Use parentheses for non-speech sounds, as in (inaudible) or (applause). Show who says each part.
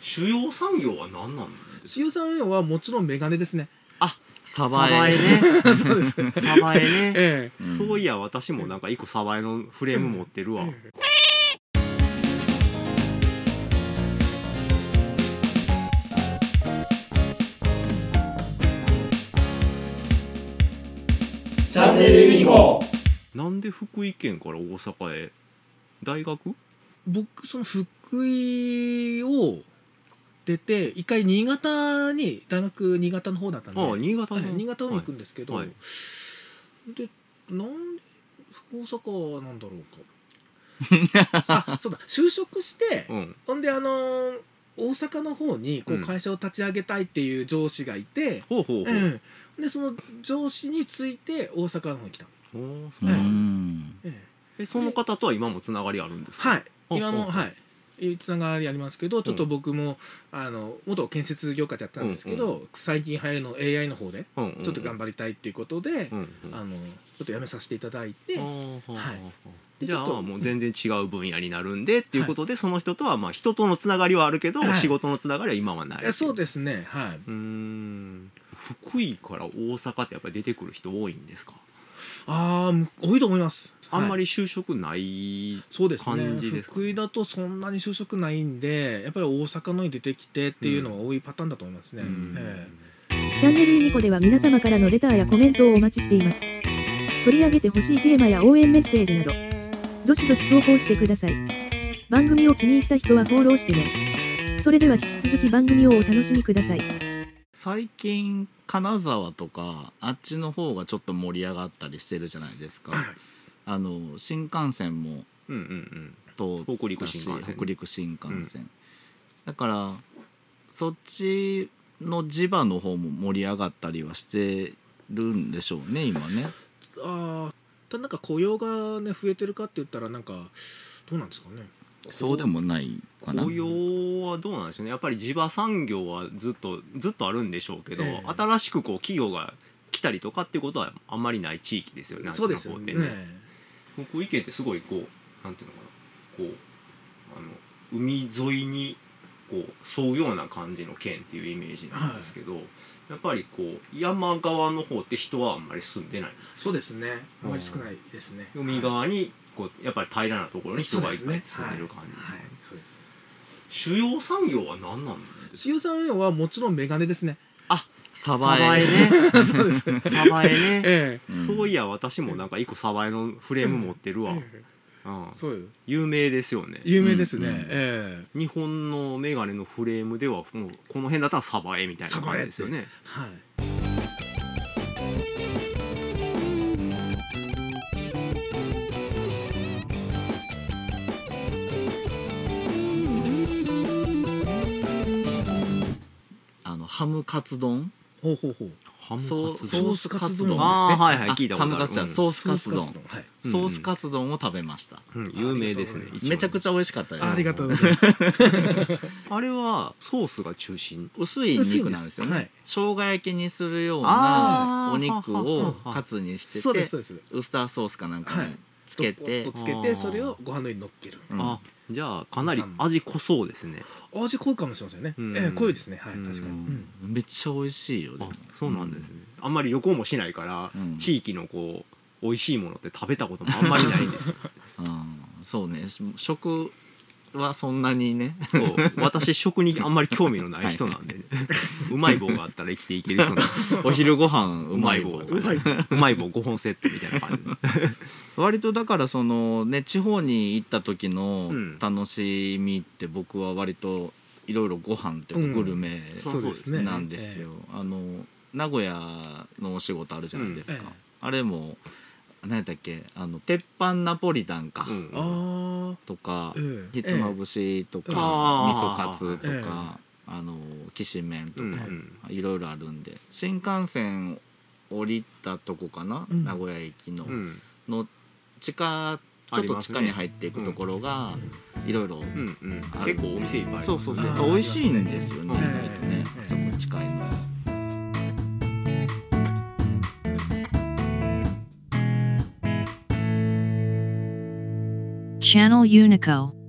Speaker 1: 主要産業は何なんです
Speaker 2: 主要産業はもちろんメガネです
Speaker 1: (laughs)
Speaker 2: ね。
Speaker 1: か
Speaker 3: サバエ
Speaker 1: ね
Speaker 2: そうです。
Speaker 1: サバエね
Speaker 2: ええ。
Speaker 3: ん
Speaker 1: そういや私もなんか一個サバエのフレーム持ってるわ
Speaker 2: チャンネルユニコ。
Speaker 1: なんで福井県から大阪へ大学
Speaker 2: 僕その福井を出て一回新潟に大学新潟の方だったんで
Speaker 1: ああ新潟
Speaker 2: はい
Speaker 1: の
Speaker 2: 新潟に行くんですけど、
Speaker 1: はいは
Speaker 2: でなんで大阪なんだろ
Speaker 1: (laughs)
Speaker 2: うかあそうだ就職して
Speaker 1: うん
Speaker 2: ほんであのー大阪の方にこ
Speaker 1: う
Speaker 2: うん会社を立ち上げたいっていう上司がいて、
Speaker 1: ほうほうほ
Speaker 2: う
Speaker 1: うん
Speaker 2: でその上司について大阪の方に来た、
Speaker 1: おーそううなんです
Speaker 3: ん
Speaker 2: ええ
Speaker 1: えその方とは今もつながりあるんですか
Speaker 2: はい
Speaker 1: ほう
Speaker 2: 今
Speaker 1: ほ
Speaker 2: も
Speaker 1: うほう
Speaker 2: はいつながりありますけどちょっと僕も、あの元建設業界でやったんですけど、最近入るの AI の方で
Speaker 1: うんうんうん
Speaker 2: ちょっと頑張りたいっていうことで、
Speaker 1: うんうん
Speaker 2: あのちょっと辞めさせていただいて、はい
Speaker 1: い、
Speaker 2: で
Speaker 1: じゃ
Speaker 2: ちょっ
Speaker 1: あ
Speaker 2: と
Speaker 1: もう全然違う分野になるんでっていうことで、その人とはまあ人とのつながりはあるけど、
Speaker 2: はい
Speaker 1: 仕事のつながりは今はない
Speaker 2: えそうですねはい、
Speaker 1: うーん福井から大阪ってやっぱり出てくる人多いんですか
Speaker 2: ああ多いと思います
Speaker 1: あんま
Speaker 2: り
Speaker 1: り就職ない、
Speaker 2: そうですね
Speaker 1: 感じですか
Speaker 2: 福井だとそんなに就職ないんでやっぱり大阪のに出てきてっていうのが多いパターンだと思いますね、
Speaker 1: うん
Speaker 2: え
Speaker 4: チャンネルユニコでは皆様からのレターやコメントをお待ちしています。取り上げてほしいテーマや応援メッセージなど、どしどし投稿してください。番組を気に入った人はフォローしてね。それでは引き続き番組をお楽しみください。
Speaker 3: 最近金沢とかあっちの方がちょっと盛り上がったりしてるじゃないですか、
Speaker 2: はい
Speaker 3: あの新幹線も
Speaker 1: うんうん
Speaker 3: 通っ
Speaker 1: 北陸
Speaker 3: た
Speaker 1: 新
Speaker 3: し
Speaker 1: 幹線
Speaker 3: 北陸新幹線、だからそっちの地場の方も盛り上がったりはしてるんでしょうね今ね
Speaker 2: ああただなんか雇用がね増えてるかって言ったらなんかどうなんですかね
Speaker 3: そうでもないか
Speaker 1: うん
Speaker 3: な
Speaker 1: 雇用はどうなんでしょうねやっぱり地場産業はずっとずっとあるんでしょうけど、
Speaker 2: ええ
Speaker 1: 新しくこう企業が来たりとかってことはあんまりない地域ですよねあっち
Speaker 2: そ
Speaker 1: の
Speaker 2: うですよ
Speaker 1: 方って
Speaker 2: ね
Speaker 1: ね福井県ってすごいこうなんていうのかなこうあの海沿いにこう沿うような感じの県っていうイメージなんですけど、やっぱりこう山側の方って人はあんまり住んでない
Speaker 2: そうですねあんまり少ないですね
Speaker 1: 海側にこうやっぱり平らなところに人がいっぱい
Speaker 2: そ
Speaker 1: 住
Speaker 2: うん
Speaker 1: で
Speaker 2: ですね
Speaker 1: る感じです
Speaker 2: は
Speaker 1: かね、
Speaker 2: いそうです
Speaker 1: 主要産業は何なんですか
Speaker 2: 主要産業はもちろんメガネですね
Speaker 3: サ
Speaker 1: 鯖
Speaker 3: バ
Speaker 1: 江
Speaker 3: エ
Speaker 1: ね
Speaker 2: そうですね
Speaker 1: サバエね
Speaker 2: え
Speaker 3: うん
Speaker 1: そういや私もなんか一個サバエのフレーム持ってる
Speaker 2: え
Speaker 1: わ、
Speaker 2: ええ
Speaker 1: うん、
Speaker 2: そうです
Speaker 1: 有名ですよね
Speaker 2: 有名ですね、
Speaker 3: うんうん
Speaker 2: ええ
Speaker 1: 日本のメガネのフレームではもうこの辺だったらサバエみたいな感じですよね
Speaker 2: はい
Speaker 3: あのハムカツ丼
Speaker 2: ほうほうほう
Speaker 1: ハ
Speaker 3: そうソ
Speaker 2: 丼
Speaker 3: ースカツ丼ですね
Speaker 1: ああはいはい
Speaker 3: あ
Speaker 1: 聞いたことある
Speaker 3: ハムカツじゃない
Speaker 1: うん
Speaker 3: ソースカツ丼
Speaker 2: ソースはい
Speaker 1: うん
Speaker 3: ソースカツ丼を食べました、
Speaker 1: うん有名ですね
Speaker 2: ありがとうございま
Speaker 3: めちゃく
Speaker 1: ち
Speaker 3: ちゃ美味しかったです
Speaker 2: ありがとうございます
Speaker 1: ゃあれはソースが中心
Speaker 3: 薄い肉なんですよね
Speaker 2: はい
Speaker 3: 生姜焼きにするよう
Speaker 1: あー
Speaker 3: なお肉を
Speaker 1: うん
Speaker 3: カツにしてて
Speaker 2: そうですそうです
Speaker 3: ウスターソースかなんか
Speaker 2: は
Speaker 3: に
Speaker 2: い
Speaker 3: つけて、
Speaker 2: ドッとつけてそれをご飯の上に乗っける
Speaker 3: うん
Speaker 1: あじゃあかなり味濃そうですね
Speaker 2: 味濃いかもしれませんね、
Speaker 1: うん
Speaker 2: ええ濃いですねはい確かに、
Speaker 1: う
Speaker 2: うん
Speaker 3: めっちゃ美味しいよで
Speaker 1: あ
Speaker 3: も
Speaker 1: そうなんですねあんまり旅行もしないから
Speaker 3: うん
Speaker 1: 地域のこう美味しいものって食べたこともあんまりないんですよ
Speaker 3: うんそうねし食はそんなにね
Speaker 1: (laughs) そう私食にあんまり興味のない人なんでねうまい棒があったら生きていける人なんで
Speaker 3: お昼ご飯
Speaker 1: (laughs) う
Speaker 3: う
Speaker 1: ま
Speaker 3: ま
Speaker 1: い
Speaker 3: い
Speaker 1: 棒
Speaker 3: 棒
Speaker 2: うまい棒
Speaker 1: うまい棒5本セットみたいな感じ
Speaker 3: 割とだからそのね地方に行った時の
Speaker 1: うん
Speaker 3: 楽しみって僕は割といろいろご飯っていうかグルメ
Speaker 1: うんそうです
Speaker 2: ね
Speaker 3: なんですよ、あの名古屋のお仕事あるじゃないですか、
Speaker 2: うんええ
Speaker 3: あれも何やったっけあの鉄板ナポリタンか、
Speaker 1: うん
Speaker 2: あ
Speaker 3: とか、
Speaker 2: ええ
Speaker 3: ひつまぶしとか、
Speaker 2: ええ
Speaker 3: 味噌カツと
Speaker 2: ええ
Speaker 3: か、あのきしめんと
Speaker 1: う
Speaker 3: か、
Speaker 1: んうん
Speaker 3: いろいろあるんで新幹線降りたとこかな、
Speaker 2: うん
Speaker 3: 名古屋駅の、
Speaker 1: うん
Speaker 3: の地下ちょっと地下に入っていくところ
Speaker 2: あ
Speaker 3: が、いろいろ、
Speaker 1: うんうん
Speaker 3: ある
Speaker 1: 結構お店いっぱいありますね
Speaker 3: そうそうそう
Speaker 2: あ
Speaker 3: やっ
Speaker 2: ー
Speaker 3: ぱ美味しいんですよね
Speaker 1: あり
Speaker 2: ます
Speaker 3: 意
Speaker 2: ね
Speaker 3: 外とね、
Speaker 2: ええ
Speaker 3: そこ近いのは。
Speaker 5: Channel Unico.